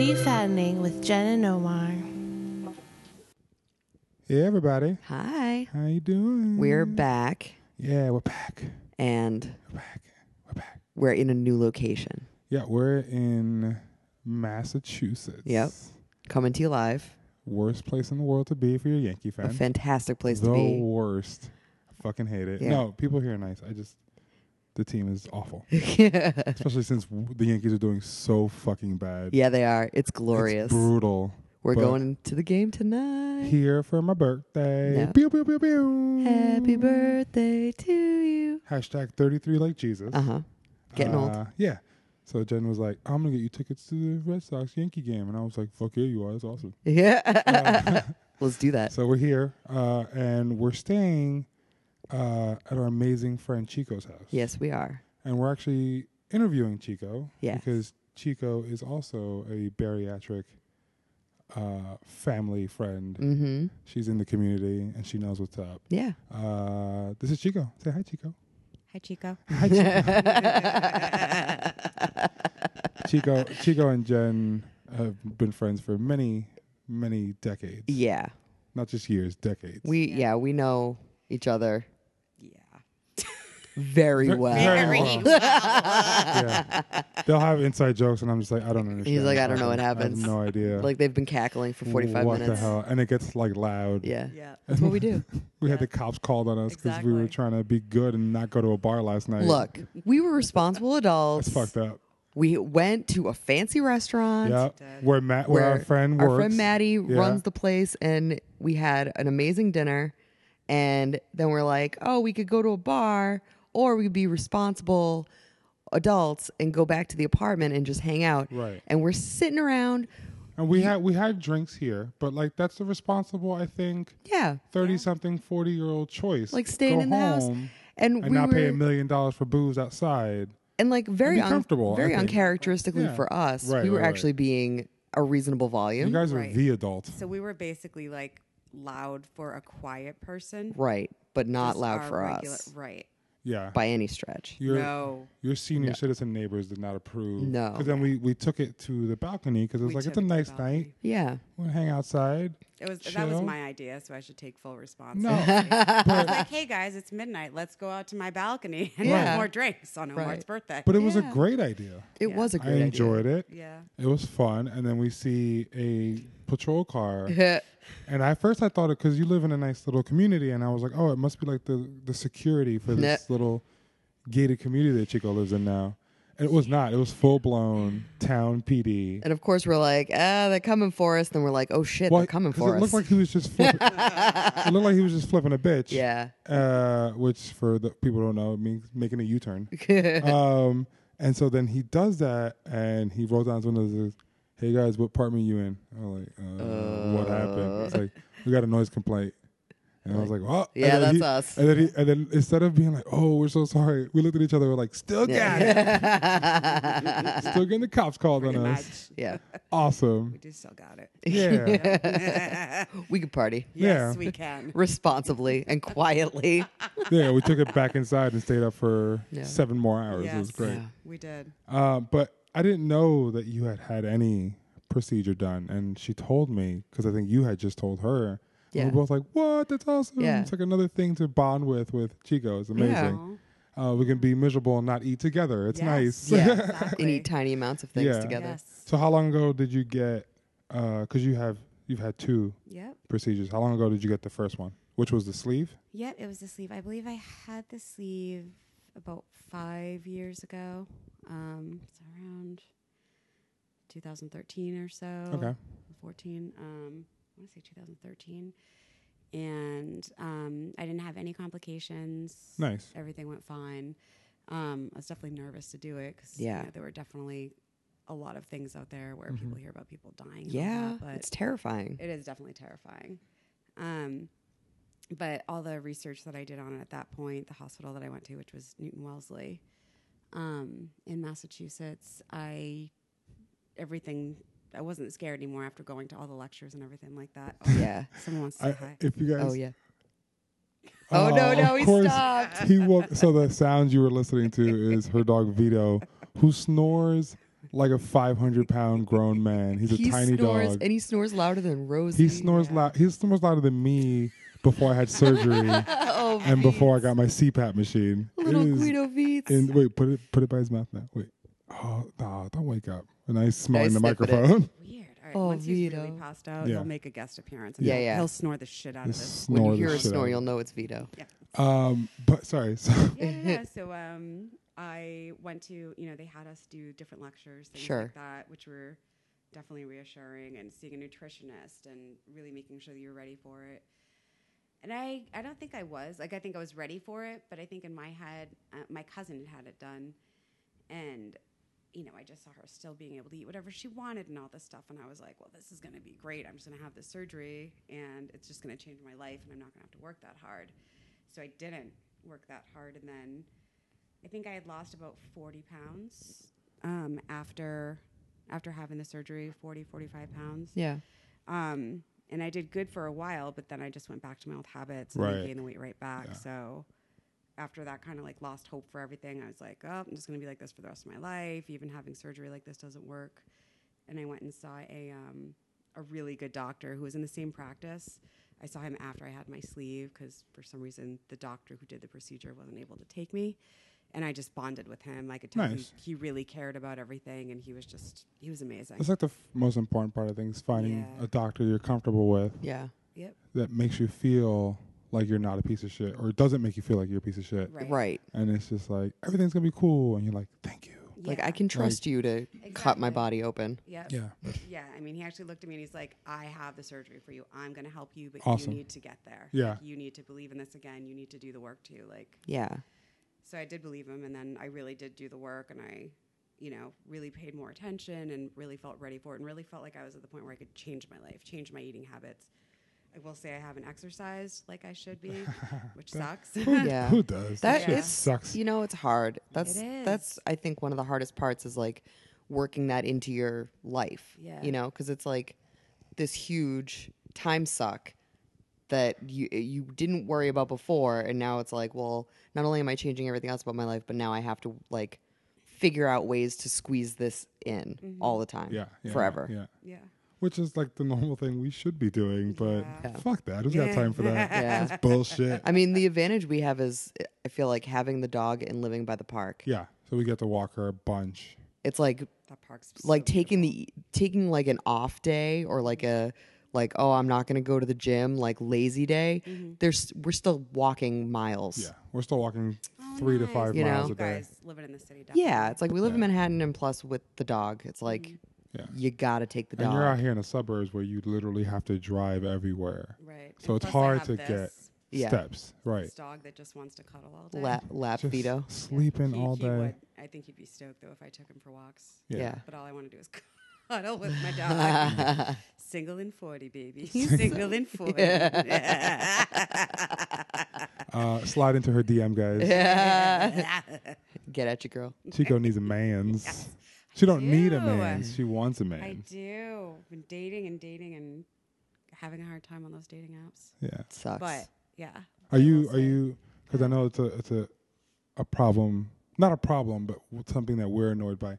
Blending with Jen and Omar. Hey everybody, Hi. Mm. how you doing? We're back yeah, we're back. and We're back. We're back. we're in a new location. Yeah, we're in Massachusetts. Yep. Coming to you live. Worst place in the world to be if you're a Yankee fan. A fantastic place the to be. worst. I fucking hate it. Yeah. No, people here are nice. I just the team is awful, especially since w- the Yankees are doing so fucking bad. yeah, they are. It's It's glorious. brutal. we're but- going to the game tonight. Here for my birthday. No. Pew, pew, pew, pew. Happy birthday to you. Hashtag 33 like Jesus. Uh huh. Getting old. Uh, Yeah. So Jen was like, I'm going to get you tickets to the Red Sox Yankee game. And I was like, fuck yeah, you are. That's awesome. Yeah. Uh, Let's do that. so we're here uh, and we're staying uh, at our amazing friend Chico's house. Yes, we are. And we're actually interviewing Chico Yes. because Chico is also a bariatric uh, family friend. Mm hmm. She's in the community and she knows what's up. Yeah. Uh, this is Chico. Say hi, Chico. Hi, Chico. Hi, Chico. Chico, Chico and Jen have been friends for many, many decades. Yeah. Not just years, decades. We, yeah. we know each other Yeah. very Ver- well. very Very well. yeah. They'll have inside jokes, and I'm just like, I don't understand. like, I don't know what I happens. have no idea. Like they've been cackling for 45 what minutes. the hell? And it gets like loud. Yeah. Yeah. That's what we do. We had the Yeah. cops called on us because we were Exactly. trying to be good and not go to a bar last night. Look, we were responsible adults. that's fucked up. We went to a fancy restaurant Yeah, dead. where Matt, where, our friend our works. friend Maddie Yeah. runs the place, and we had an amazing dinner. And then we're like, oh, we could go to a bar, or we could be responsible adults and go back to the apartment and just hang out. Right. And we're sitting around. And we had we had drinks here, but like that's the responsible, I think, Yeah. thirty something, forty year old choice. Like staying Go in the house. home And, and we not were pay a million dollars for booze outside. and like very be un- comfortable, I very think. uncharacteristically Yeah. for us. Right, we were right, right. actually being a reasonable volume. You guys are Right. the adult. So we were basically like loud for a quiet person. right, but not Just loud our for regula- us Right. Yeah. by any stretch. Your no. your senior citizen neighbors did not approve. No. Because then we, we took it to the balcony because it was We like it's took a it to nice the balcony. night. Yeah. We'll hang outside. It was that was Chill. my idea, so I should take full responsibility. No. I was but, like, hey guys, it's midnight. Let's go out to my balcony and Yeah. have more drinks on Omar's Right. birthday. but it was a Yeah. great idea. It Yeah. was a I great enjoyed it. yeah. It was fun. And then we see a patrol car. idea. and I first I thought it because you live in a nice little community, and I was like, oh, it must be like the the security for this little gated community that Chico lives in now. And it was not. It was full blown town PD. and of course, we're like, ah, they're coming for us. Then we're like, oh shit, Well, they're coming 'cause for it us. looked like he was just flipping, it looked like he was just flipping a bitch. yeah. Uh, which for the people who don't know means making a U turn. um, and so then he does that, and he rolls down his window. and says, Hey guys, what apartment you in? I'm like, uh, what happened? It's like we got a noise complaint, and I was like, well, Uh. Yeah, and then that's he- us. And then, he, and then instead of being like, oh, we're so sorry, we looked at each other. We're like, still got it, still getting the cops called on Pretty us. much. yeah. We Awesome, do still got it. yeah. We could party Yeah. Yes, we can. responsibly and quietly. yeah, we took it back inside and stayed up for Yeah. seven more hours. Yes. It was great. Yeah. We did. Uh, but I didn't know that you had had any procedure done, and she told me because I think you had just told her. And Yeah. we're both like, "What? That's awesome! Yeah. It's like another thing to bond with with Chico. It's amazing. Uh, we can be miserable and not eat together. It's Yes. nice. Yeah. Exactly. and eat tiny amounts of things Yeah. together. Yes. so how long ago did you get? Because you have you've had two Yep. procedures. How long ago did you get the first one, which was the sleeve? Yep, it was the sleeve. I believe I had the sleeve about five years ago. Um, it's around 2013 or so. Oh. Okay. 14. Um, I want to say 2013. And um, I didn't have any complications. Nice. Everything went fine. Um, I was definitely nervous to do it because Yeah. there were definitely a lot of things out there where people hear about people dying. and all Yeah. that, but it's terrifying. it is definitely terrifying. Um, but all the research that I did on it at that point, the hospital that I went to, which was Newton Wellesley, um, in Massachusetts, I everything I wasn't scared anymore after going to all the lectures and everything like that. Oh, yeah. Someone wants to I, say hi. if you guys, Oh yeah. Oh, no, of no, he course, stopped. He woke. So the sound you were listening to is her dog Vito, who snores like a 500 pound grown man. He's a he tiny snores dog. and he snores louder than Rosie. He snores loud. He snores louder than me before I had surgery Oh, and before I got my CPAP machine. It little is Guido Veets. in- wait, put it put it by his mouth now. Wait. Oh, nah, don't wake up. And I smell I in the sniffed it. microphone. Weird. All right, Oh, once he's really Vito. passed out, Yeah. he'll make a guest appearance. Yeah, he'll, yeah. he'll snore the shit out of this. when snore you the hear a shit out snore, of you'll know it's Vito. it. Um, but sorry. So yeah, yeah, yeah. So um, I went to, you know, they had us do different lectures, things Sure. like that, which were definitely reassuring, and seeing a nutritionist and really making sure that you're ready for it. And I, I don't think I was. Like, I think I was ready for it, but I think in my head, uh, my cousin had had it done. And, you know, I just saw her still being able to eat whatever she wanted and all this stuff. And I was like, well, this is going to be great. I'm just going to have this surgery and it's just going to change my life and I'm not going to have to work that hard. So I didn't work that hard. And then I think I had lost about 40 pounds um, after after having the surgery 40 45 pounds Yeah. um, and I did good for a while, but then I just went back to my old habits and Right. then gained the weight right back. So after that, kind of like lost hope for everything. I was like, oh, I'm just going to be like this for the rest of my life. Even having surgery like this doesn't work. And I went and saw a um, a really good doctor who was in the same practice. I saw him after I had my sleeve because for some reason the doctor who did the procedure wasn't able to take me. And I just bonded with him. I could tell Nice. he, he really cared about everything, and he was just he was amazing. that's like the f- most important part, I think, is finding Yeah. a doctor you're comfortable with Yeah. Yep. that makes you feel like you're not a piece of shit or doesn't make you feel like you're a piece of shit. Right. Right. And it's just like, everything's going to be cool. And you're like, thank you. Like Yeah. I can trust you to cut my Exactly. body open. Yep. Yeah, I mean, he actually looked at me and he's like, "I have the surgery for you. I'm going to help you, but Awesome. you need to get there. Yeah. Like, you need to believe in this again. You need to do the work too." Like, Yeah. so I did believe him, and then I really did do the work, and I, you know, really paid more attention and really felt ready for it, and really felt like I was at the point where I could change my life, change my eating habits. I will say I haven't exercised like I should be, which sucks. Yeah. Who does? That That shit it's- sucks. You know, it's hard. That's is. that's I think one of the hardest parts is like working that into your life. Yeah. You know, because it's like this huge time suck that you eh, you didn't worry about before, and now it's like, well, not only am I changing everything else about my life, but now I have to like figure out ways to squeeze this in Mm-hmm. all the time. yeah, yeah. Forever. Yeah. yeah. Which is like the normal thing we should be doing, but fuck that. Who's Yeah. got time for that? Yeah. That's bullshit. I mean, the advantage we have is eh, I feel like having the dog and living by the park. Yeah. So we get to walk her a bunch. It's like That park's so like taking the e, taking like an off day or like a like oh I'm not gonna go to the gym like lazy day. Mm-hmm. There's we're still walking miles. Yeah. We're still walking three to five Oh, You miles know? a You day. guys living in the city. Yeah, it's like we live in Manhattan and plus with the dog, Mm-hmm. it's like Yeah. you gotta take the And dog. you're out here in the suburbs where you literally have to drive everywhere. Right. So And it's plus I hard have to get this- Yeah. steps. Right. This dog that just wants to cuddle all day. lap lap Just Vito. sleeping He- all he day. would- I think he'd be stoked though if I took him for walks. Yeah. Yeah. But all I want to do is cuddle with my dog. Single and forty, baby. Single and forty. Uh, slide into her DM, guys. Get at you, girl. Chico needs a man's. She don't need a do. man's. She wants a I man's. do. I've been dating and dating and having a hard time on those dating apps. Yeah. Sucks. But yeah. Are you are you because I know it's a it's a a problem, not a problem, but something that we're annoyed by.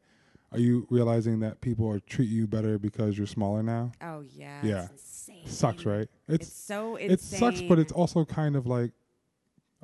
Are you realizing that people are treat you better because you're smaller now? Oh yeah. Yeah. It's insane. Sucks, right? It's, so insane. it sucks, but it's also kind of like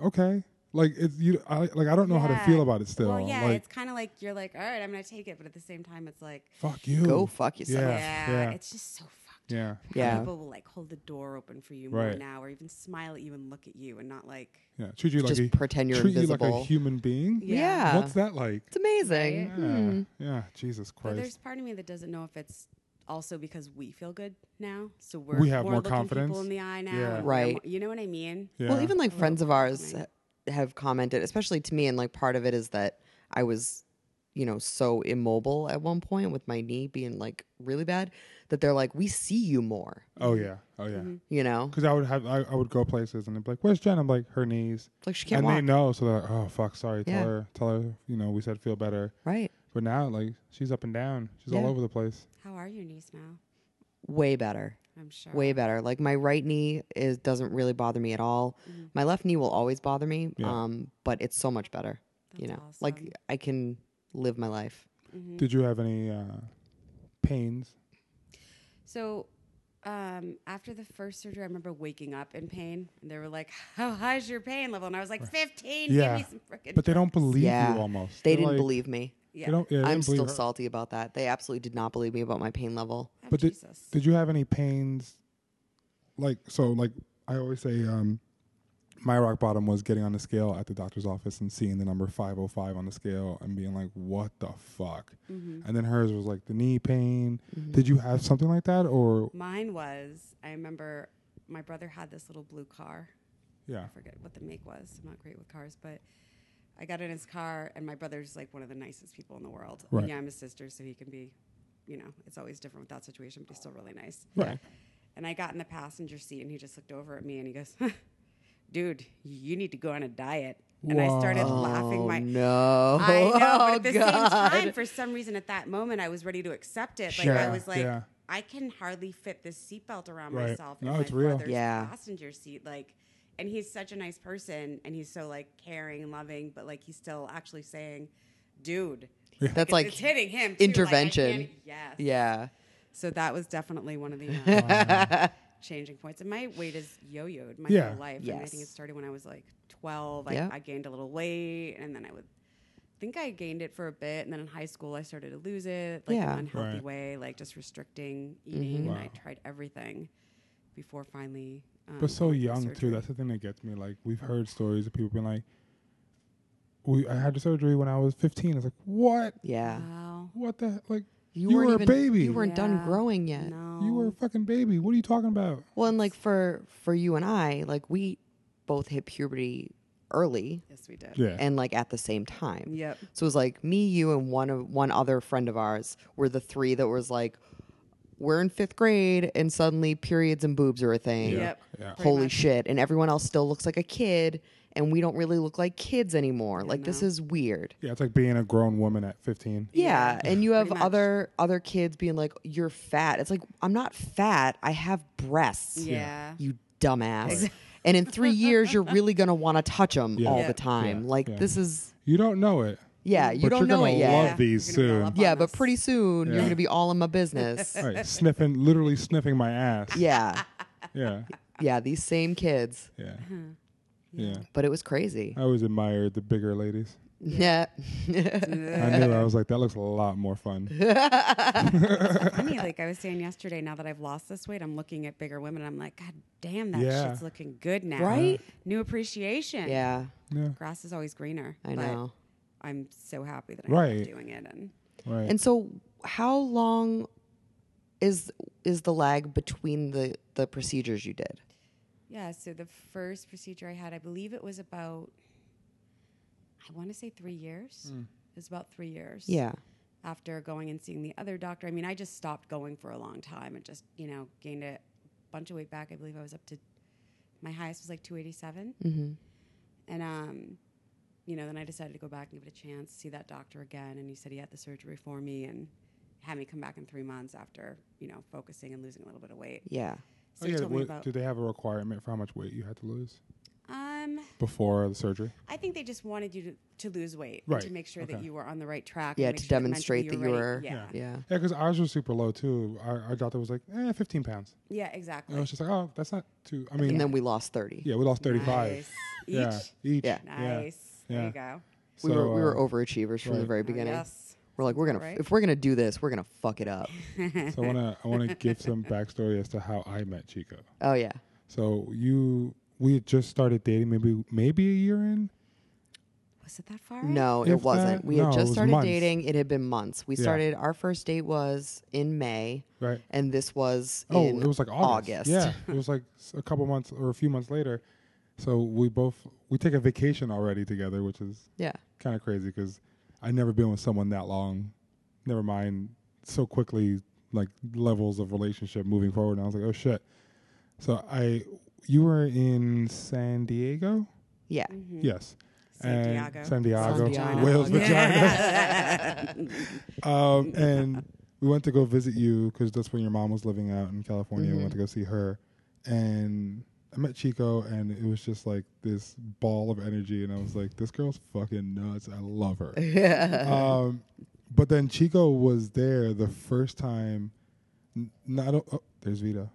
okay, like it's you. I, like I don't know how to Yeah. feel about it still. Well, yeah, like it's kind of like you're like, all right, I'm gonna take it, but at the same time, it's like, fuck you. Go fuck yourself. Yeah, yeah, yeah. it's just so fucked. Yeah, Yeah. people will like hold the door open for you more Right. now, or even smile at you and look at you, and not like yeah. Treat you like Just a, pretend you're treat you like invisible. a human being. Yeah. Yeah. What's that like? It's amazing. Yeah, Hmm. yeah. Jesus But there's Christ. part of me that doesn't know if it's also because we feel good now, so we're We have we're more looking confidence. people in the eye now, Yeah. and we're Right. mo- you know what I mean? Yeah. Well, even like friends of ours Right. ha- have commented, especially to me, and like part of it is that I was, you know, so immobile at one point with my knee being like really bad that they're like, we see you more, oh yeah, oh yeah. you know? Because I would have, I, I would go places and they'd be like, "Where's Jen?" I'm like, "Her knees." It's like she can't and they walk. know, so they're like, "Oh fuck, sorry." Tell Yeah. her, tell her, you know, we said feel better. Right. But now, like, she's up and down. She's Yeah. all over the place. How are your knees now? Way better. I'm sure. Way better. Like my right knee is doesn't really bother me at all. My left knee will always bother me, Yeah. um, but it's so much better. you know, That's like awesome. I can live my life. Did you have any uh, pains? So um, after the first surgery, I remember waking up in pain, and they were like, "How high's your pain level?" And I was like, "15." Yeah. Give me some frickin' But they don't believe yeah, you almost. they They're didn't like- believe me. Yeah. They don't, yeah, they I'm didn't believe still her. salty about that. They absolutely did not believe me about my pain level. Oh, But did, Jesus. did you have any pains? Like so, like I always say, um, my rock bottom was getting on the scale at the doctor's office and seeing the number five oh five on the scale and being like, "What the fuck?" Mm-hmm. And then hers was like the knee pain. Did you have something like that, or Mine was. I remember my brother had this little blue car. yeah? I forget what the make was. I'm not great with cars, but I got in his car, and my brother's like one of the nicest people in the world. And Right. yeah, I'm his sister, so he can be, you know, it's always different with that situation, but he's still really nice. Right. And I got in the passenger seat, and he just looked over at me, and he goes, "Dude, you need to go on a diet." And I started laughing my. Oh, No. I know, but Oh, at the God. same time, for some reason, at that moment, I was ready to accept it. Like I Sure, was like, yeah. I can hardly fit this seatbelt around Right. myself No, in it's my real. brother's Yeah. passenger seat. Like, and he's such a nice person, and he's so like caring and loving, but like he's still actually saying, "Dude." That's it's- like it's hitting him too, like, I intervention. can't- yes. yeah. So that was definitely one of the uh, changing points. And my weight is yo-yoed my Yeah. whole life. And I think Yes. it started when I was like 12. Yeah. I, I gained a little weight, and then I would think I gained it for a bit, and then in high school I started to lose it, like in Yeah. an unhealthy Right. way, like just restricting eating. And I Wow. tried everything before finally. Um, But so going for young too. surgery. That's the thing that gets me. Like we've heard stories of people being like, "We I had the surgery when I was 15." It's like, what? Yeah. wow. What the heck? like? You, You weren't were a even, baby. You weren't done Yeah. growing yet. No, You were a fucking baby. What are you talking about? Well, and like for for you and I, like we both hit puberty early yes, we did. Yeah. and like at the same time. Yep. So it was like me, you, and one of one other friend of ours were the three that was like, we're in fifth grade, and suddenly periods and boobs are a thing. Yeah. Yep. Yeah. Pretty Holy much. shit! And everyone else still looks like a kid, and we don't really look like kids anymore. like this is weird. Yeah, it's like being a grown woman at 15. Yeah, and you have pretty much. other other kids being like, "You're fat." It's like I'm not fat. I have breasts. Yeah. you dumbass. And in three years, you're really gonna want to touch them all Yeah. the time. Yeah. Like Yeah. this is You don't know it. yeah. You but don't you're know gonna it yet. Love Yeah, these you're gonna soon. develop yeah, on but this. pretty soon Yeah. you're gonna be all in my business. Right, sniffing, literally sniffing my ass. Yeah, Yeah, yeah. These same kids, yeah, yeah. but it was crazy. I always admired the bigger ladies. Yeah. I Uh. knew I was like, that looks a lot more fun. funny. Like I was saying yesterday, now that I've lost this weight, I'm looking at bigger women. I'm like, God damn, that Yeah. shit's looking good now. Right? New appreciation. yeah, Yeah, Grass is always greener. I but know. I'm so happy that I'm not Right. doing it. And right. And so, how long is is the lag between the the procedures you did? yeah, so the first procedure I had, I believe it was about, I want to say three years. It was about three years. Hmm. Yeah. After going and seeing the other doctor, I mean, I just stopped going for a long time and just, you know, gained a bunch of weight back. I believe I was up to, my highest was like 287. hmm And um, you know, then I decided to go back and give it a chance, see that doctor again, and he said he had the surgery for me and had me come back in three months after, you know, focusing and losing a little bit of weight. Oh, Yeah. So he told me Oh, what- about did they have a requirement for how much weight you had to lose um before the surgery? I think they just wanted you to, to lose weight and Right. to make sure that Okay. you were on the right track. and Yeah, make to sure that mentally demonstrate that you were. ready. Yeah. yeah. Yeah. Yeah, because ours was super low too. Our, our doctor was like, eh, 15 pounds. exactly. And I was just like, oh, that's not too. I mean, And then we lost 30. yeah, we lost 35. Nice. Each. Yeah, each. Yeah. Nice. There you go. we, were, we uh, were overachievers from the right. very Oh, beginning. yes. We're like, we're going Right? to, if we're going to do this, we're going to fuck it up. So I wanna I wanna give some backstory as to how I met Chico. Oh, yeah. So you we had just started dating maybe maybe a year in. Was it that far? out? No, If it that- wasn't. we had no, it just was started months. dating. It had been months. We Yeah. started, our first date was in May, Right. and this was Oh, in it was like August. August. Yeah, it was like s- a couple months or a few months later. So we both we take a vacation already together, which is Yeah. kind of crazy because I never been with someone that long. Never mind so quickly like levels of relationship moving forward. And I was like, oh shit. So I you were in San Diego. Yeah. Mm-hmm. Yes. And Santiago. Mm-hmm. San Diego. Santiago. Whales vagina. Yeah. um, and we went to go visit you because that's when your mom was living out in California. We went to go see her. And I met Chico, and it was just like this ball of energy. And I was like, this girl's fucking nuts. I love her. um, But then Chico was there the first time. N- Not o- oh, there's Vita.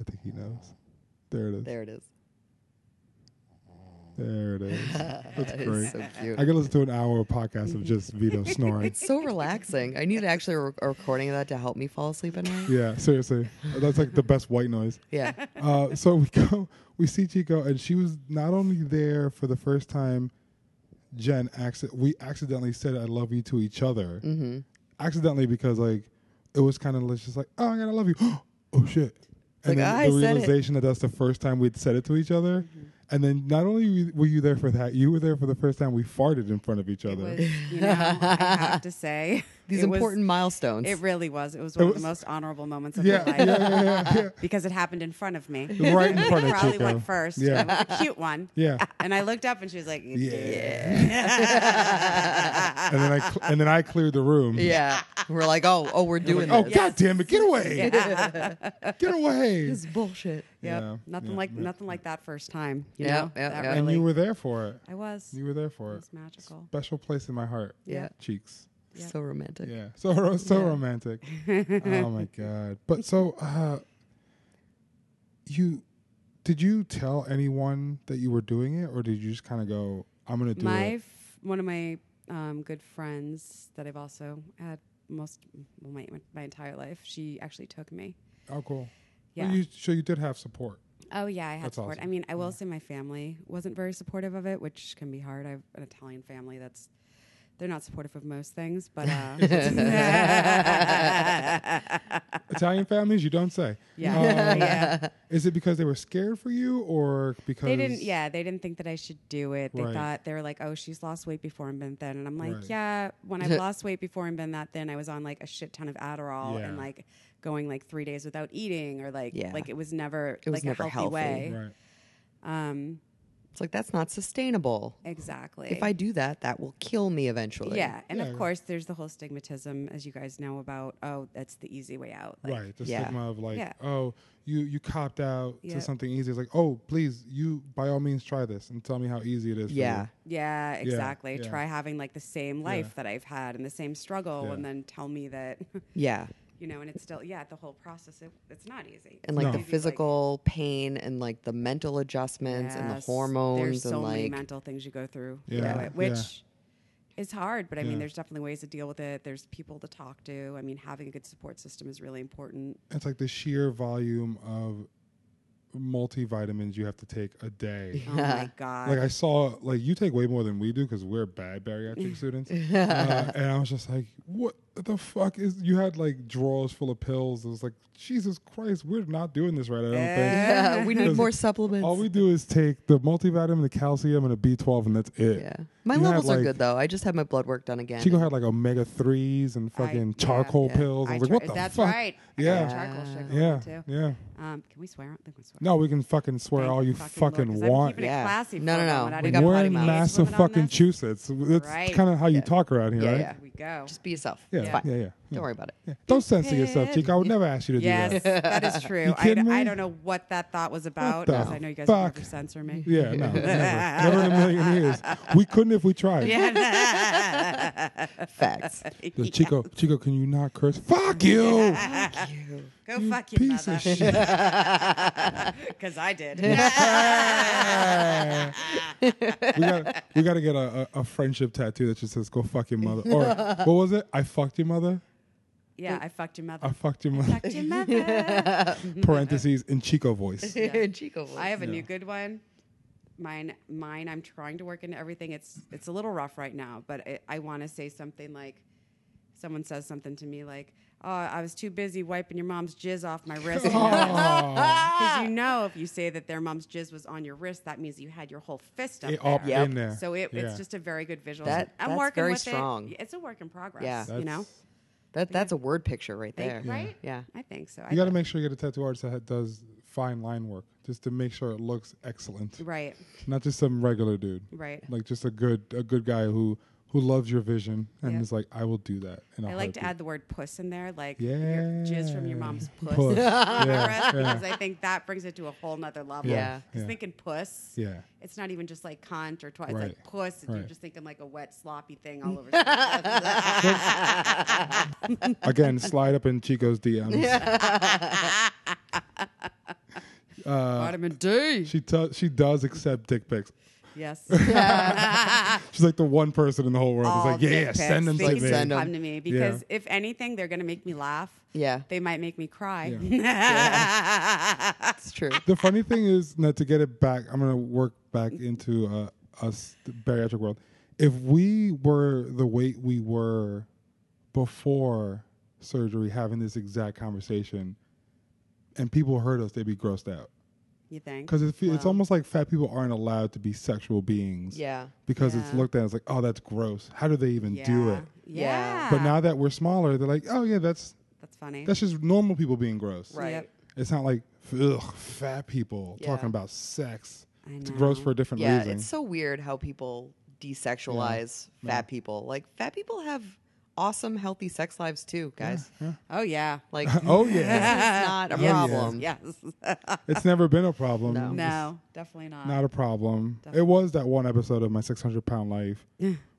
I think he knows. There it is. There, There it is. it is. That's That great. is so cute. I could listen to an hour of podcast of just Vito snoring. It's so relaxing. I need actually a, re- a recording of that to help me fall asleep at night. Yeah, seriously, that's like the best white noise. Yeah. Uh, so we go, we see Chico, and she was not only there for the first time. Jen, acci- we accidentally said "I love you" to each other, Mm-hmm. accidentally because like it was kind of like just like "Oh my god, I love you." oh shit! like, And then "Ah, I the said it." Mm-hmm. realization that that's the first time we'd said it to each other, and then not only were you there for that, you were there for the first time we farted in front of each It other. was, you know, I have to say These it was- important milestones. it really was. It was one of was- the most honorable moments of yeah, my yeah, life yeah, yeah, yeah. because it happened in front of me. right in front I of probably Chico. went first. Yeah. Yeah. I was a cute one. Yeah. And I looked up and she was like, Yeah. and then I cl- and then I cleared the room. yeah. We're like, oh, oh, we're I'm like, doing oh this. god damn it! Get away! Get away! This is bullshit. Yep. Yeah, Nothing yeah, like yeah. nothing like that first time. You Yeah, know? yeah, That yeah. And really- you were there for it. I was. You were there for it it. was magical. Special place in my heart. Yeah. Cheeks. Yeah. So romantic. Yeah. So ro- so romantic. oh my god. But so uh you did you tell anyone that you were doing it or did you just kind of go I'm going to do my it? f- one of my um, good friends that I've also had most well my my entire life. She actually took me. Oh cool. Yeah. Well, you, so you did have support. Oh yeah, I had That's support. I awesome. mean, I will say my family wasn't very supportive of it, which can be hard. I have an Italian family that's they're not supportive of most things, but uh, Italian families, you don't say. Yeah. Um, Yeah. Is it because they were scared for you, or because they didn't. Yeah, they didn't think that I should do it. They Right. thought they were like, "Oh, she's lost weight before and been thin," and I'm like, Right. "Yeah." When I lost weight before and been that thin, I was on like a shit ton of Adderall Yeah. and like going like three days without eating or like Yeah. like it was never It was like never a healthy, healthy. way. Right. Um, It's like that's not sustainable. exactly. If I do that, that will kill me eventually. Yeah, and Yeah. of course, there's the whole stigmatism, as you guys know, about oh, that's the easy way out. Like, right. The yeah. stigma of like, Yeah. oh, you you copped out to Yep. something easy. It's like, oh, please, you by all means try this and tell me how easy it is. Yeah. Yeah, exactly. yeah. Try having like the same life that I've had and the same struggle, Yeah. and then tell me that, Yeah. you know, and it's still yeah, the whole process. It, it's not easy. And like No. the You'd be physical pain and like the mental adjustments and the yes, hormones There's so and many like mental things you go through. Yeah, Yeah, yeah. which. Is hard, but I Yeah. mean, there's definitely ways to deal with it. There's people to talk to. I mean, having a good support system is really important. For you. It's like the sheer volume of multivitamins you have to take a day. Oh my god! Like I saw, like you take way more than we do because we're bad bariatric students. Uh, and I was just like, what the fuck is? You had like drawers full of pills. It was like, Jesus Christ, we're not doing this right. I don't think. yeah, we need more supplements. All we do is take the multivitamin, the calcium, and a B12, and that's it. yeah. My You had, levels are like- good though. I just had my blood work done again. Chico had like omega threes and I- fucking yeah, charcoal yeah. pills. I was like, try- what the that's fuck? right. I got Yeah. charcoal sugar on Yeah, it, too. yeah. Um, can we swear? I don't think we swear. No, we can fucking swear Thank all you Lord, fucking 'cause want. I'm keeping Yeah. it classy. No, for no, a no. moment. I We didn't got We're want potty in mouth. any mouths. Massachusetts. women on fucking this. Chusets. That's Right. kind of how you talk around here, Yeah, right? yeah. We go. just be yourself. Yeah, It's yeah, fine. yeah. yeah. Don't worry about it. Yeah. Don't censor yourself, Chico. I would never ask you to do Yes, that. that is true. You I, kidding I me? don't know what that thought was about. the Because I know you guys would fuck? never censor me. Yeah, no, never. never in a million years. We couldn't if we tried. Yeah. Facts. Yo, Chico, Chico, can you not curse? Fuck you, Go you fuck your piece mother. of shit. Because I did. we got we got to get a, a, a friendship tattoo that just says "Go fuck your mother." Or what was it? I fucked your mother. yeah, I fucked your mother. I fucked your I mother. fucked your mother. Parentheses in Chico voice. Yeah. Chico. I have a Yeah. new good one. Mine, mine. I'm trying to work into everything. It's it's a little rough right now, but I, I want to say something like, someone says something to me like, "Oh, I was too busy wiping your mom's jizz off my wrist." Because you know, if you say that their mom's jizz was on your wrist, that means you had your whole fist up It all there. Yep. in there. So it, Yeah. it's just a very good visual. That- I'm that's working very with strong. It. It's a work in progress. Yeah. you know, That's- That that's a word picture right Think- there. right? Yeah. I think so. I You got to make sure you get a tattoo artist that does fine line work, just to make sure it looks excellent, right, not just some regular dude, right. like just a good a good guy who who loves your vision and Yep. is like, I will do that. And I like to add the word puss in there, like Yeah. your jizz from your mom's puss. Puss. Yeah, Whereas- yeah. Because I think that brings it to a whole nother level. Yeah. Because Yeah. thinking puss, Yeah. it's not even just like cunt or twice, Right. like puss. You're Right. just thinking like a wet, sloppy thing all over. someone's- Again, slide up in Chico's DMs. Uh, Vitamin D. she does. She does accept dick pics. Yes. She's like the one person in the whole world All that's like, yeah, dick send them pics. to They me. can Send 'em. Come to me because if anything, they're gonna make me laugh. Yeah. They might make me cry. It's true. The funny thing is, now to get it back, I'm gonna work back into uh, us the bariatric world. If we were the weight we were before surgery, having this exact conversation, and people heard us, they'd be grossed out you think? because it's, it's Wow. almost like fat people aren't allowed to be sexual beings. Yeah. because it's Yeah. looked at as like, oh, that's gross. How do they even do it? Yeah. But now that we're smaller, they're like, oh yeah, that's that's funny. that's just normal people being gross. Right. Yep. It's not like ugh, fat people Yeah. talking about sex. I It's gross know. for a different Yeah. reason. It's so weird how people desexualize fat people. Like fat people have awesome, healthy sex lives too, guys. Oh yeah. Like oh this yeah, is not a Yes. problem. Yes. it's never been a problem. No. It's no, definitely not. not a problem. It was that one episode of my 600 pound life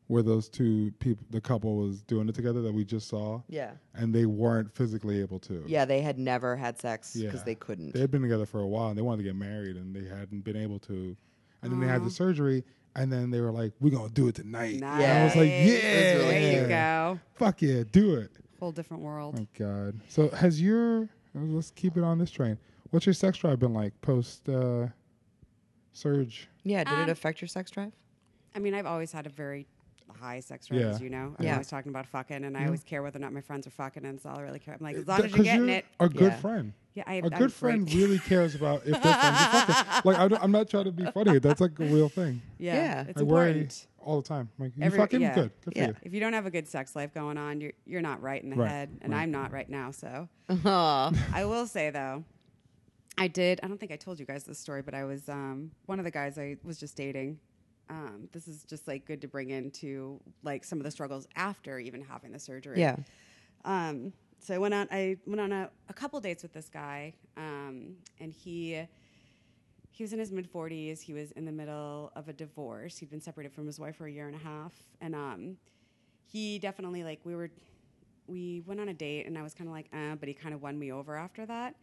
where those two people, the couple, was doing it together that we just saw, Yeah. and they weren't physically able to. Yeah, they had never had sex because Yeah. they couldn't. They had been together for a while and they wanted to get married and they hadn't been able to. And then they had the surgery and then they were like, we're going to do it tonight. And I was like, yeah. Nice. There you go. Fuck yeah, do it. Whole different world. Thank God. So has your, let's keep it on this train. What's your sex drive been like post uh, surge? yeah, did Um, it affect your sex drive? I mean, I've always had a very high sex drive, as Yeah. you know. I'm Yeah. always talking about fucking, and I always care whether or not my friends are fucking, and it's all I really care. I'm like, as long Th- as you're getting Uh, you're it. a good Yeah. friend. Yeah, I, A I'm good great. friend really cares about if their friends are fucking. Like, I don't- I'm not trying to be funny. That's like a real thing. Yeah, Yeah. it's I worry important. all the time. Like, you Every- fucking yeah. good. Good Yeah. for you. If you don't have a good sex life going on, you're you're not right in the Right, head, and right. I'm not right now. So Aw. I will say though, I did. I don't think I told you guys this story, but I was um, one of the guys I was just dating. Um, this is just like good to bring into like some of the struggles after even having the surgery. yeah. Um, so I went on. I went on a, a couple dates with this guy, um, and he he was in his mid forties. He was in the middle of a divorce. He'd been separated from his wife for a year and a half, and um, he definitely like we were we went on a date, and I was kind of like, uh, but he kind of won me over after that.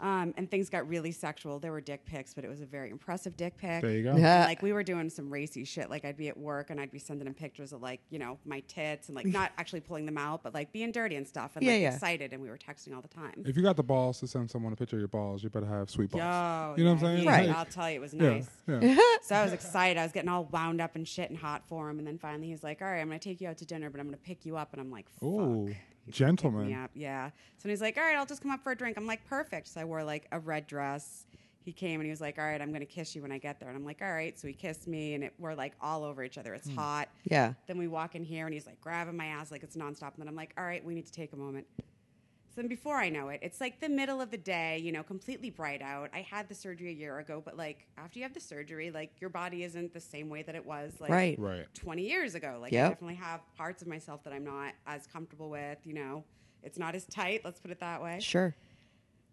Um, and things got really sexual. There were dick pics, but it was a very impressive dick pic. There you go. Yeah. And, like we were doing some racy shit. Like I'd be at work and I'd be sending him pictures of like you know my tits and like not actually pulling them out, but like being dirty and stuff and Yeah, like yeah. excited. And we were texting all the time. If you got the balls to send someone a picture of your balls, you better have sweet balls. Yo, you know yeah, what I'm saying? he- Right. I'll tell you, it was Yeah, nice. yeah. So I was excited. I was getting all wound up and shit and hot for him. And then finally he's like, "All right, I'm gonna take you out to dinner, but I'm gonna pick you up." And I'm like, "Fuck." Ooh, He's like, "Pick gentleman. me up. Yeah. So he's like, "All right, I'll just come up for a drink." I'm like, "Perfect." So I wore like a red dress. He came and he was like, "All right, I'm gonna kiss you when I get there." And I'm like, "All right." So he kissed me, and it, we're like all over each other. It's hot. Yeah. Then we walk in here and he's like grabbing my ass like it's nonstop. And then I'm like, all right, we need to take a moment. So then before I know it, it's like the middle of the day, you know, completely bright out. I had the surgery a year ago, but like after you have the surgery, like your body isn't the same way that it was like Right. Right. 20 years ago. Like I Yep. definitely have parts of myself that I'm not as comfortable with, you know. It's not as tight, let's put it that way. Sure.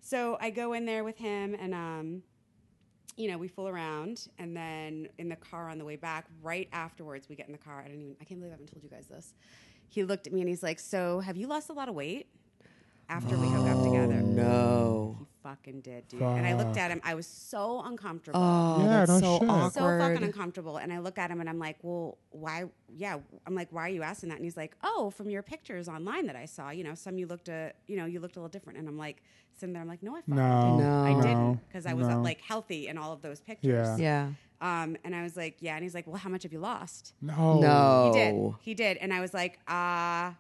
So I go in there with him and um you know, we fool around and then in the car on the way back, right afterwards we get in the car. I don't even I can't believe I haven't told you guys this. He looked at me and he's like, So have you lost a lot of weight after we hook up together? Oh, No. He fucking did, dude. And I looked at him, I was so uncomfortable Oh, Yeah, that's no so shit. So so awkward. fucking uncomfortable. And I look at him and I'm like, well, why? Yeah. I'm like, why are you asking that? And he's like, oh, from your pictures online that I saw, you know, some you looked a, you know, you looked a little different. And I'm like, sitting there, I'm like, no, I fucking No, didn't. I No. didn't because I was uh, no. like healthy in all of those pictures. Yeah. yeah. Um, and I was like, yeah. And he's like, well, how much have you lost? No. No. He Oh. did. He did. And I was like, uh,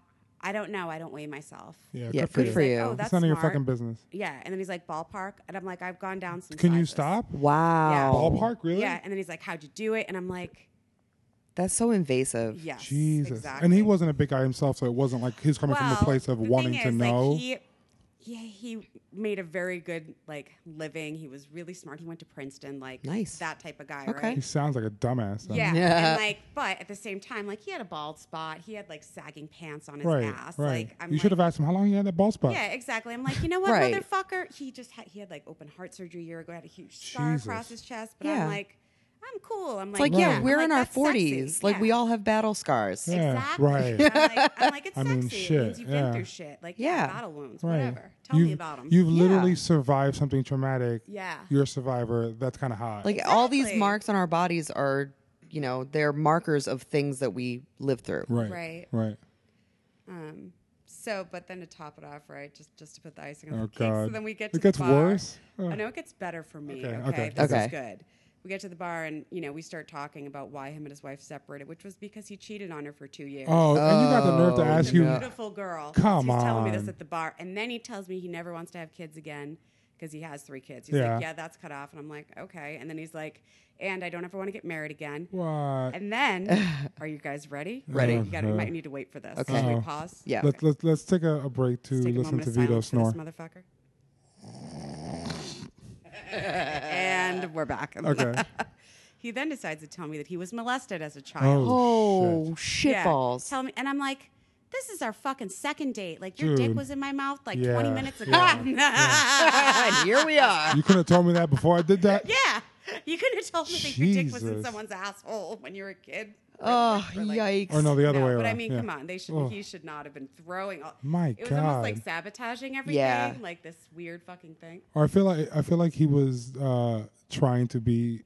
I don't know. I don't weigh myself. Yeah, Yeah, good for good you. for He's you. like, oh, It's that's none of your smart. fucking business. Yeah. And then he's like, ballpark. And I'm like, Oh. I've gone down some Can you sizes. stop? Wow. Ballpark, really? Yeah. And then he's like, how'd you do it? And I'm like, That's so invasive. yes. Jesus. Exactly. And he wasn't a big guy himself, so it wasn't like he was coming from Well, a place of the wanting thing to is, know. Like, he, he he made a very good like living. He was really smart. He went to Princeton, like Nice. that type of guy, Okay. right? He sounds like a dumbass. though. Yeah. Yeah. And like, but at the same time, like he had a bald spot. He had like sagging pants on his Right. ass. Right. Like I'm you like, should have asked him how long he had that ball spot. Yeah, exactly. I'm like, you know what, Right. motherfucker? He just had he had like open heart surgery a year ago, had a huge scar across Jesus. his chest. But Yeah. I'm like, I'm cool. I'm It's like, yeah, I'm we're like, in our that's sexy. 40s. Like, Yeah. we all have battle scars. Yeah. Exactly. right. I'm like, I'm like, it's I sexy. mean, It shit, means you've yeah. been through shit. Like, Yeah. yeah, battle wounds, Right. whatever. Tell you've, me about them. You've literally Yeah. survived something traumatic. yeah. You're a survivor. That's kind of hot. Like all these Exactly. marks on our bodies are, you know, they're markers of things that we live through. right. Right. Right. Um, so, but then to top it off, right? Just just to put the icing on Oh the cake. God. So then we get It to gets the bar. worse? Oh Ugh. no, it gets better for me. Okay, Okay, okay, this okay. is good. We get to the bar and you know we start talking about why him and his wife separated, which was because he cheated on her for two years. Oh, and you got the nerve to Oh, ask a you. beautiful girl. Come He's telling me this on. at the bar, and then he tells me he never wants to have kids again because he has three kids. He's Yeah. like, yeah, that's cut off, and I'm like, okay. And then he's like, and I don't ever want to get married again. What? And then, are you guys ready? Ready. You, gotta, you Okay. might need to wait for this. Okay. Uh-huh. Should Uh-oh. we pause? Yeah. Let's, let's let's take a, a break to Let's take a listen moment to of Vito silence for this snore. motherfucker. and we're back. Okay. he then decides to tell me that he was molested as a child. Oh, Oh, shit. shit Yeah. balls. Tell me, and I'm like, this is our fucking second date. Like your dick Dude. was in my mouth like Yeah, 20 minutes ago. yeah, and Yeah, here we are. You couldn't have told me that before I did that. you couldn't have told me that your dick was in Jesus. someone's asshole when you were a kid. Oh, Or, like, yikes. Or no, the other no, way around. But I mean, yeah. come on, they should. Oh. He should not have been throwing. All, My it was almost like God. sabotaging everything. Yeah. like this weird fucking thing. Or I feel like I feel like he was uh, trying to be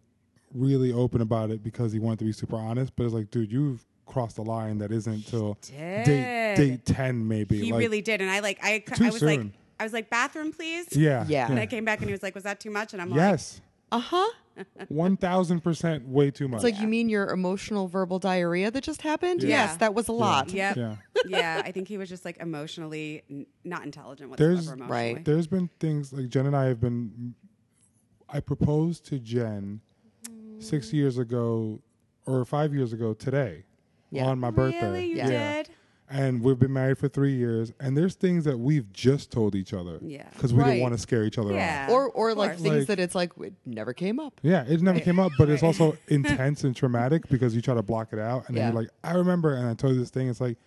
really open about it because he wanted to be super honest. But it's like, dude, you've crossed the line that isn't till date did. date ten maybe. He like, really did, and I like I, c- Too I was like soon. I was like bathroom please. yeah, Yeah. And I came back and he was like, "Uh-huh." was that too much? And I'm yes, Uh huh. one thousand percent, way too much. It's like, you mean your emotional verbal diarrhea that just happened? Yeah. Yes, Yeah. that was a lot. like, yep. yeah. yeah, yeah. I think he was just like emotionally n- not intelligent whatsoever. There's- emotionally. Right. There's been things like Jen and I have been. I proposed to Jen six Mm. years ago, or five years ago today, Yeah. on my birthday. Really, you Yeah. did? and we've been married for three years. And there's things that we've just told each other, Yeah. because we Right. didn't want to scare each other off. Yeah. Or, or Of like course. things Like- that it's like, it never came up. Yeah, it never came up, but it's also intense and traumatic because you try to block it out, and Yeah. then you're like, I remember, and I told you this thing. It's like,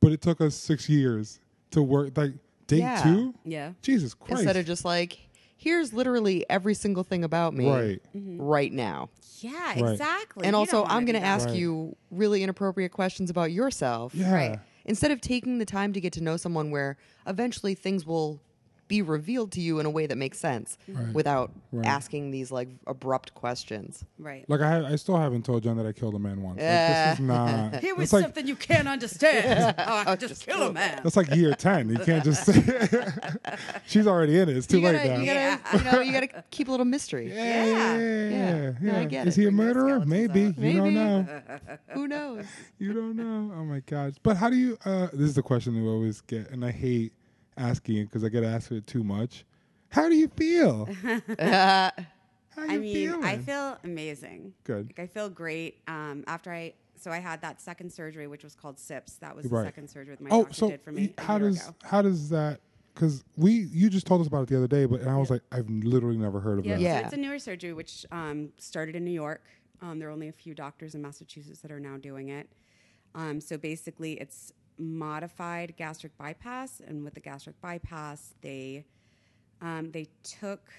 but it took us six years to work. Like date Yeah. two, Yeah. Jesus Christ, Instead of just like, here's literally every single thing about me Right. Mm-hmm. right now. Yeah, Right. exactly. You and don't also, wanna I'm do going to that. ask Right. you really inappropriate questions about yourself. yeah. Right. Instead of taking the time to get to know someone where eventually things will be revealed to you in a way that makes sense without Right. asking these like abrupt questions. Right. Like I, ha- I still haven't told John that I killed a man once. Like, Yeah. this is not. Here it's is like something you can't understand. oh, I just, kill a man. that's like year ten. You can't just. She's already in it. It's too you gotta, late now. You gotta, you know, you gotta keep a little mystery. yeah, yeah, yeah, Yeah. yeah, No, I yeah. get Is it. he a Bring the murderer? skeletons Maybe. out. You don't Maybe. know. Who knows? You don't know. Oh my gosh. But how do you? uh This is the question that we always get, and I hate asking it because I get asked it too much. How do you feel? how you I mean, I feeling? feel amazing. Good. Like I feel great. Um, after I so I had that second surgery, which was called SIPS. That was Right. the second surgery that my oh, doctor so did for me. y- a how year does ago. how does that? Because we you just told us about it the other day, but and I was like, I've literally never heard of yeah, that. Yeah. So it's a newer surgery which um, started in New York. Um, there are only a few doctors in Massachusetts that are now doing it. Um, so basically, it's modified gastric bypass, and with the gastric bypass, they um, they took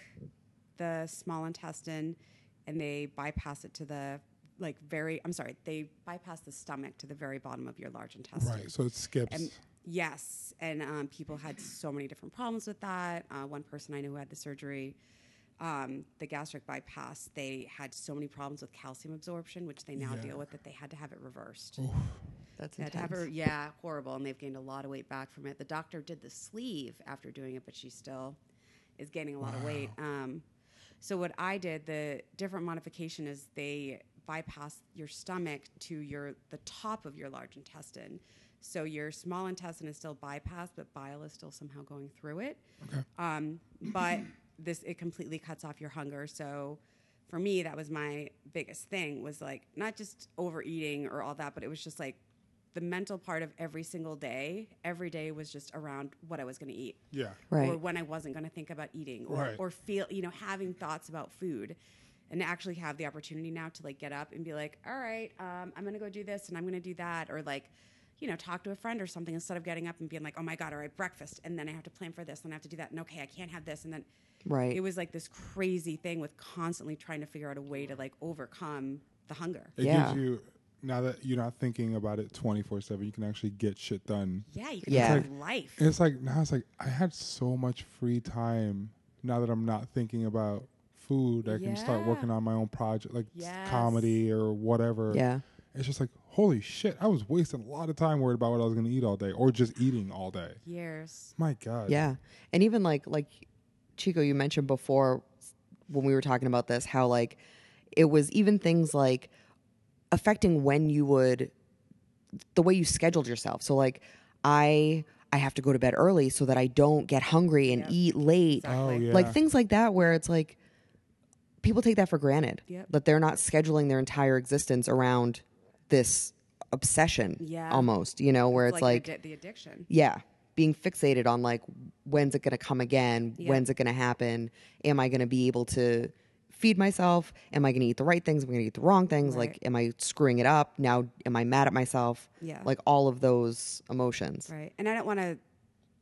the small intestine and they bypass it to the like very. I'm sorry, they bypass the stomach to the very bottom of your large intestine. Right. So it skips. And yes, and um, people had so many different problems with that. Uh, one person I knew who had the surgery, um, the gastric bypass, they had so many problems with calcium absorption, which they now deal with, that they had to have it reversed. That's They had to have it intense. re- yeah, horrible, and they've gained a lot of weight back from it. The doctor did the sleeve after doing it, but she still is gaining a lot of weight. Um, so what I did, the different modification is they bypass your stomach to your the top of your large intestine. So your small intestine is still bypassed, but bile is still somehow going through it. Um, but this it completely cuts off your hunger. So for me, that was my biggest thing was like not just overeating or all that, but it was just like the mental part of every single day, every day was just around what I was going to eat Yeah. Right. or when I wasn't going to think about eating or, Right. or feel, you know, having thoughts about food and to actually have the opportunity now to like get up and be like, all right, um, I'm going to go do this and I'm going to do that. Or like, you know, talk to a friend or something instead of getting up and being like, oh my God, all right, breakfast. And then I have to plan for this and I have to do that. And okay, I can't have this. And then Right. it was like this crazy thing with constantly trying to figure out a way to like overcome the hunger. It Yeah. gives you now that you're not thinking about it 24 seven. You can actually get shit done. Yeah, you can Yeah. have life. And It's like now it's like I had so much free time now that I'm not thinking about food. I can start Yeah. working on my own project, like s- Yes. comedy or whatever. Yeah. It's just like holy shit. I was wasting a lot of time worried about what I was gonna eat all day, or just eating all day. Years. My God. Yeah. And even like like Chico, you mentioned before when we were talking about this, how like it was even things like affecting when you would the way you scheduled yourself. So like I I have to go to bed early so that I don't get hungry and Yep. eat late. Oh Exactly. yeah. Like things like that where it's like people take that for granted. Yep. That they're not scheduling their entire existence around this obsession Yeah. almost, you know, where it's like the, addi- the addiction. yeah being fixated on like when's it going to come again Yeah. when's it going to happen am i going to be able to feed myself am i going to eat the right things am i going to eat the wrong things like Right. am i screwing it up now am i mad at myself Yeah. like all of those emotions Right. And I don't want to,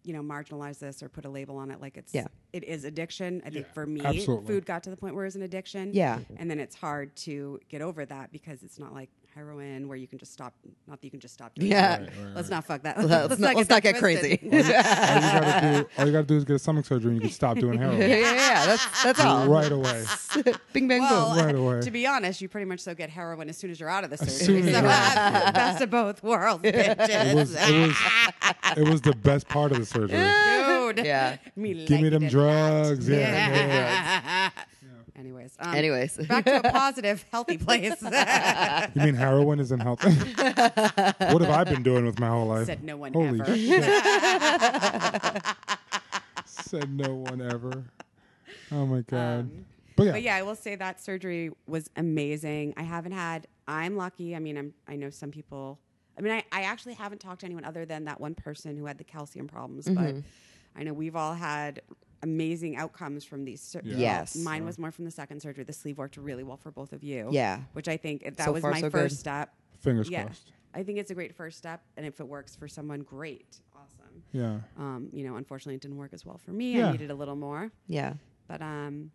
you know, marginalize this or put a label on it like it's Yeah. it is addiction. I think for me, absolutely. food got to the point where it was an addiction. Yeah. And then it's hard to get over that because it's not like heroin where you can just stop not that you can just stop doing Yeah. it. Right, Let's not fuck that. let's not, let's not that get crazy twisted. yeah, all, you gotta do, all you gotta do is get a stomach surgery and you can stop doing yeah heroin yeah that's that's all right away. bing bang Well, boom Right away. to be honest, you pretty much so get heroin as soon as you're out of the surgery. soon as so you're out. I'm the best of both worlds, bitches. It was, it was it was the best part of the surgery. Dude, Yeah. me Give me liked them it. drugs. Yeah. yeah, yeah. Yeah. Anyways. Um, anyways Oh, Back to a positive, healthy place. You mean heroin isn't healthy? what have I been doing with my whole life? Said no one Holy ever. Shit. Said no one ever. Oh my god. but Oh, yeah, Um, But yeah, I will say that surgery was amazing. I haven't had. I'm lucky. I mean, I'm. I know some people. I mean, I, I actually haven't talked to anyone other than that one person who had the calcium problems. Mm-hmm. But I know we've all had amazing outcomes from these. Sur- Yeah. Yes. mine was more from the second surgery. The sleeve worked really well for both of you. Yeah. which I think if that So was far, my so good. first step. fingers Yeah, crossed. I think it's a great first step, and if it works for someone, great, awesome. Yeah. Um, you know, unfortunately, it didn't work as well for me. Yeah. I needed a little more. yeah But um,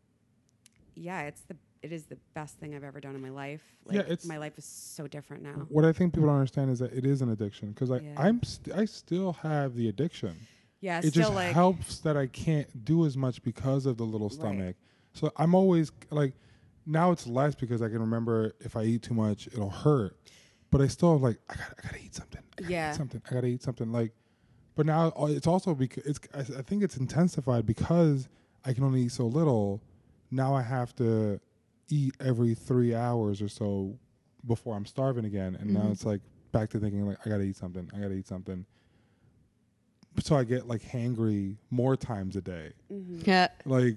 yeah, it's the it is the best thing I've ever done in my life. Like, Yeah, it's- my life is so different now. What I think people don't understand is that it is an addiction because like Yeah. I'm st- I still have the addiction. Yeah, it still just like helps that I can't do as much because of the little stomach. So I'm always like, now it's less because I can remember if I eat too much, it'll hurt. But I still like, I gotta, I gotta eat something. I gotta Yeah. eat something. I gotta eat something. Like, but now uh, it's also because it's. I I think it's intensified because I can only eat so little. Now I have to eat every three hours or so before I'm starving again. And Mm-hmm. now it's like back to thinking like I gotta eat something. I gotta eat something so I get like hangry more times a day. mm-hmm. yeah Like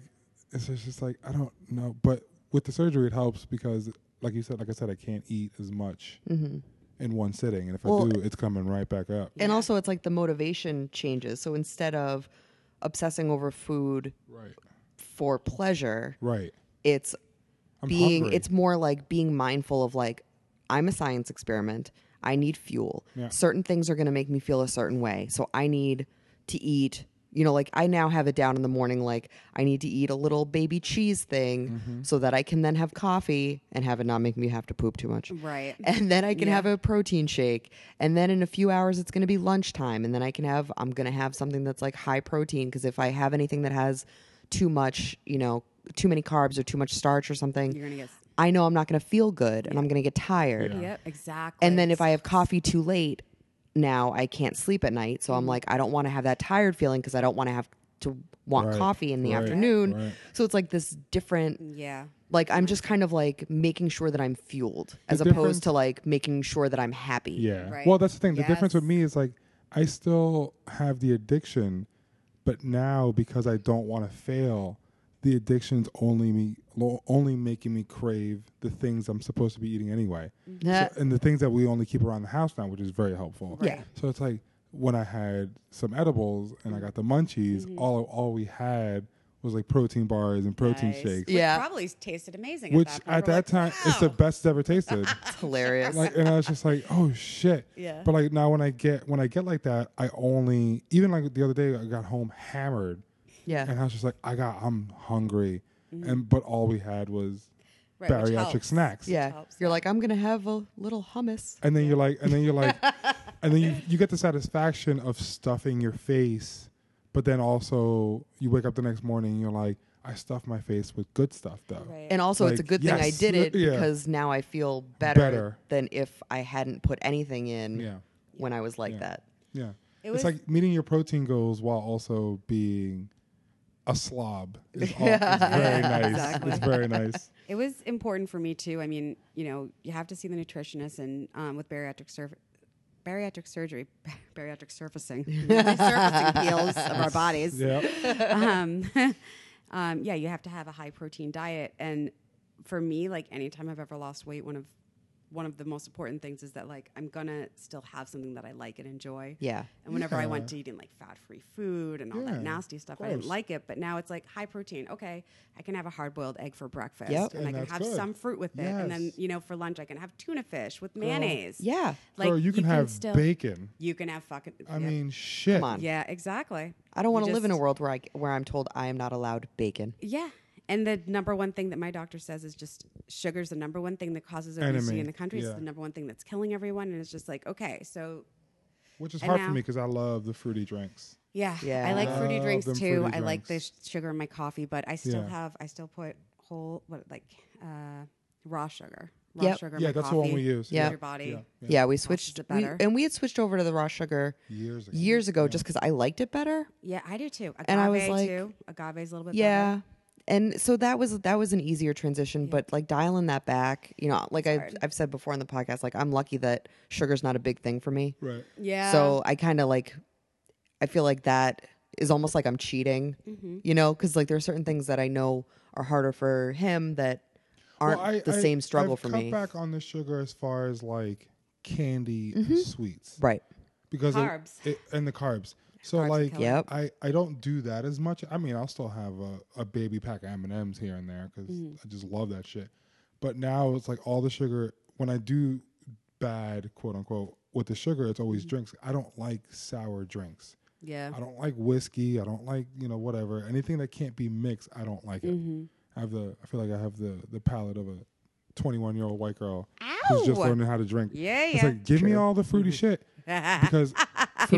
it's just, just like I don't know, but with the surgery it helps because like you said, like I said, I can't eat as much in one sitting, and if Well, I do, it's coming right back up. and also it's like the motivation changes so instead of obsessing over food Right, for pleasure right. it's I'm being hungry. it's more like being mindful of like i'm a science experiment i need fuel Yeah. certain things are going to make me feel a certain way so i need to eat you know like i now have it down in the morning like i need to eat a little baby cheese thing Mm-hmm. so that i can then have coffee and have it not make me have to poop too much right. and then I can have a protein shake. And then in a few hours, it's going to be lunchtime. And then I can have, I'm going to have something that's like high protein. Cause if I have anything that has too much, you know, too many carbs or too much starch or something, You're gonna get I know I'm not going to feel good and I'm going to get tired. yep exactly. And then if I have coffee too late, now I can't sleep at night. So I'm like, I don't want to have that tired feeling because I don't want to have to want Right, coffee in the right, afternoon. right. So it's like this different yeah like I'm just kind of like making sure that I'm fueled as difference- opposed to like making sure that I'm happy. Yeah. Right. Well, that's the thing. The difference Yes. with me is like I still have the addiction, but now because I don't want to fail, the addiction's only me lo- only making me crave the things I'm supposed to be eating anyway. So, and the things that we only keep around the house now, which is very helpful. Yeah. Right. So it's like when I had some edibles and I got the munchies, Mm-hmm. all all we had was like protein bars and protein Nice. shakes. Which Yeah. probably tasted amazing. Which at that, point. at We're that like, time it's the "Wow." best it's ever tasted. It's hilarious. like and I was just like, oh shit. Yeah. But like now when I get when I get like that, I only even like the other day I got home hammered and yeah. I was just like, I got I'm hungry. And but all we had was Mm-hmm. Right, which bariatric helps. snacks. Yeah. helps You're like, I'm going to have a little hummus. And then you're like, and then you're like, and then you, you get the satisfaction of stuffing your face, but then also you wake up the next morning and you're like, I stuffed my face with good stuff though. Right. And also, it's a Like, good thing I yes. did it Yeah. because now I feel better, Better. than if I hadn't put anything in Yeah. when I was like Yeah. that. Yeah. It it's was- like meeting your protein goals while also being a slob. Is all, It's very Yeah, nice. exactly. It's very nice. It was important for me too. I mean, you know, you have to see the nutritionist, and um, with bariatric surf- bariatric surgery, bariatric surfacing, surfacing peels of our bodies. Yeah. Um, um, yeah, you have to have a high protein diet, and for me, like anytime I've ever lost weight, one of one of the most important things is that like I'm gonna still have something that I like and enjoy. Yeah. And whenever I went Yeah. to eating like fat free food and all Yeah, that nasty stuff, I didn't course. like it. But now it's like high protein. Okay, I can have a hard boiled egg for breakfast, Yep. And and, I can that's have good. some fruit with it, and then Yes. you know for lunch I can have tuna fish with mayonnaise. Yeah. like Girl, you can have still, bacon. You can have fucking. I yeah. mean, shit. on. yeah, exactly. I don't You want to live in a just- world where I where I'm told I am not allowed bacon. Yeah. And the number one thing that my doctor says is just sugar's the number one thing that causes obesity Enemy, in the country. yeah. It's the number one thing that's killing everyone. And it's just like, okay, so Which is And hard for now- me because I love the fruity drinks. yeah, Yeah. I like fruity Love drinks them too. fruity I like the sh- drinks. sugar in my coffee, but I still Yeah. have, I still put whole, what, like uh, raw sugar. Raw Yep. sugar in Yeah, my that's coffee. the one we use. Yeah. Yeah. Your body. Yeah. Yeah, we switched it we- better. and we had switched over to the raw sugar Years ago. years ago just because I liked it better. Yeah, I do too. Agave And I was like- too. Agave's a little bit Yeah. better. And so that was that was an easier transition, but like dialing that back, you know, like I, hard. I've said before on the podcast, like I'm lucky that sugar's not a big thing for me. Right. Yeah. So I kind of like, I feel like that is almost like I'm cheating, Mm-hmm. you know, because like there are certain things that I know are harder for him that aren't Well, I- the I- same struggle I've for cut me. back on the sugar as far as like candy Mm-hmm. and sweets Right. because it- Carbs. it- and the carbs. So Carbs like, kill it. Yep. I I don't do that as much. I mean, I'll still have a, a baby pack of M and M's here and there because Mm. I just love that shit. But now it's like all the sugar. When I do bad, quote unquote, with the sugar, it's Mm-hmm. always drinks. I don't like sour drinks. yeah. I don't like whiskey. I don't like you know whatever anything that can't be mixed. I don't like it. Mm-hmm. I have the. I feel like I have the the palate of a twenty one year old white girl who's just Ow! learning how to drink. Yeah, It's yeah. Mm-hmm. like give me all the fruity shit because He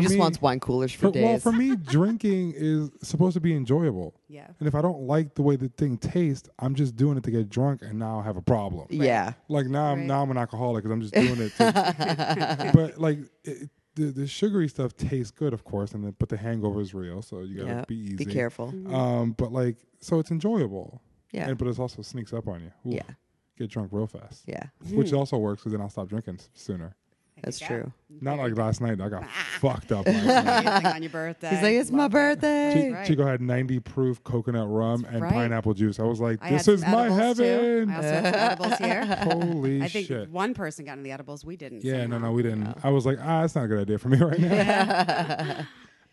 for just me- wants wine coolers for, for, days. well for me drinking is supposed to be enjoyable. Yeah. And if I don't like the way the thing tastes, I'm just doing it to get drunk, and now I have a problem. Yeah. Like now, I'm Right. now I'm an alcoholic because I'm just doing it. to- but like it, the the sugary stuff tastes good, of course, and then but the hangover is real, so you gotta Yeah. be easy. Be careful. Um, but like, so it's enjoyable. Yeah. And, but it also sneaks up on you. Oof. Yeah. Get drunk real fast. Yeah. Hmm. Which also works because then I'll stop drinking s- sooner. That's Yeah. true. Not like last night. I got fucked up. Last night. Anything on your birthday. He's like, it's my Love it. birthday. Chi- Right. Chico had 90 proof coconut rum and right. pineapple juice. I was like, I had this some is my edibles, too. heaven. I also had some edibles here. Holy I think shit. one person got into the edibles. We didn't. Yeah, no, somehow. no, we didn't. I was like, ah, that's not a good idea for me right now.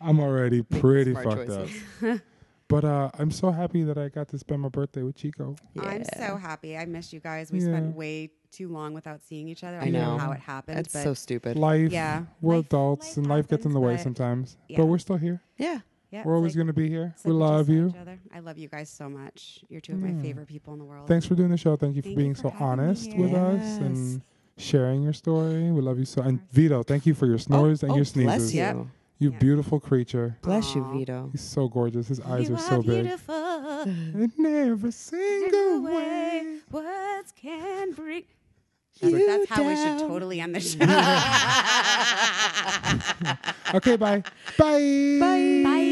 I'm already pretty smart fucked choices. up. But uh, I'm so happy that I got to spend my birthday with Chico. I'm so happy. I miss you guys. We spent way too long without seeing each other. I, don't know. know how it happened. That's but so stupid. Life, Yeah. we're Life- adults, life and life gets in happens, the way but- sometimes. yeah. But we're still here. yeah. yeah, We're it's always like- going to be here. it's We like just love saw you. each other. I love you guys so much. You're two of my favorite people in the world. Thanks for doing the show. Thank you for Thank you being for so having me honest with here. us and sharing your story. We love you so. And Vito, thank you for your snores and oh, your bless sneezes. you. Yep. You beautiful creature. Bless you, Aw. Vito. He's so gorgeous. His eyes you are so big. beautiful. And every single way. Away, words can break. You That's how we should down. totally end the show. Okay, bye. Bye. Bye.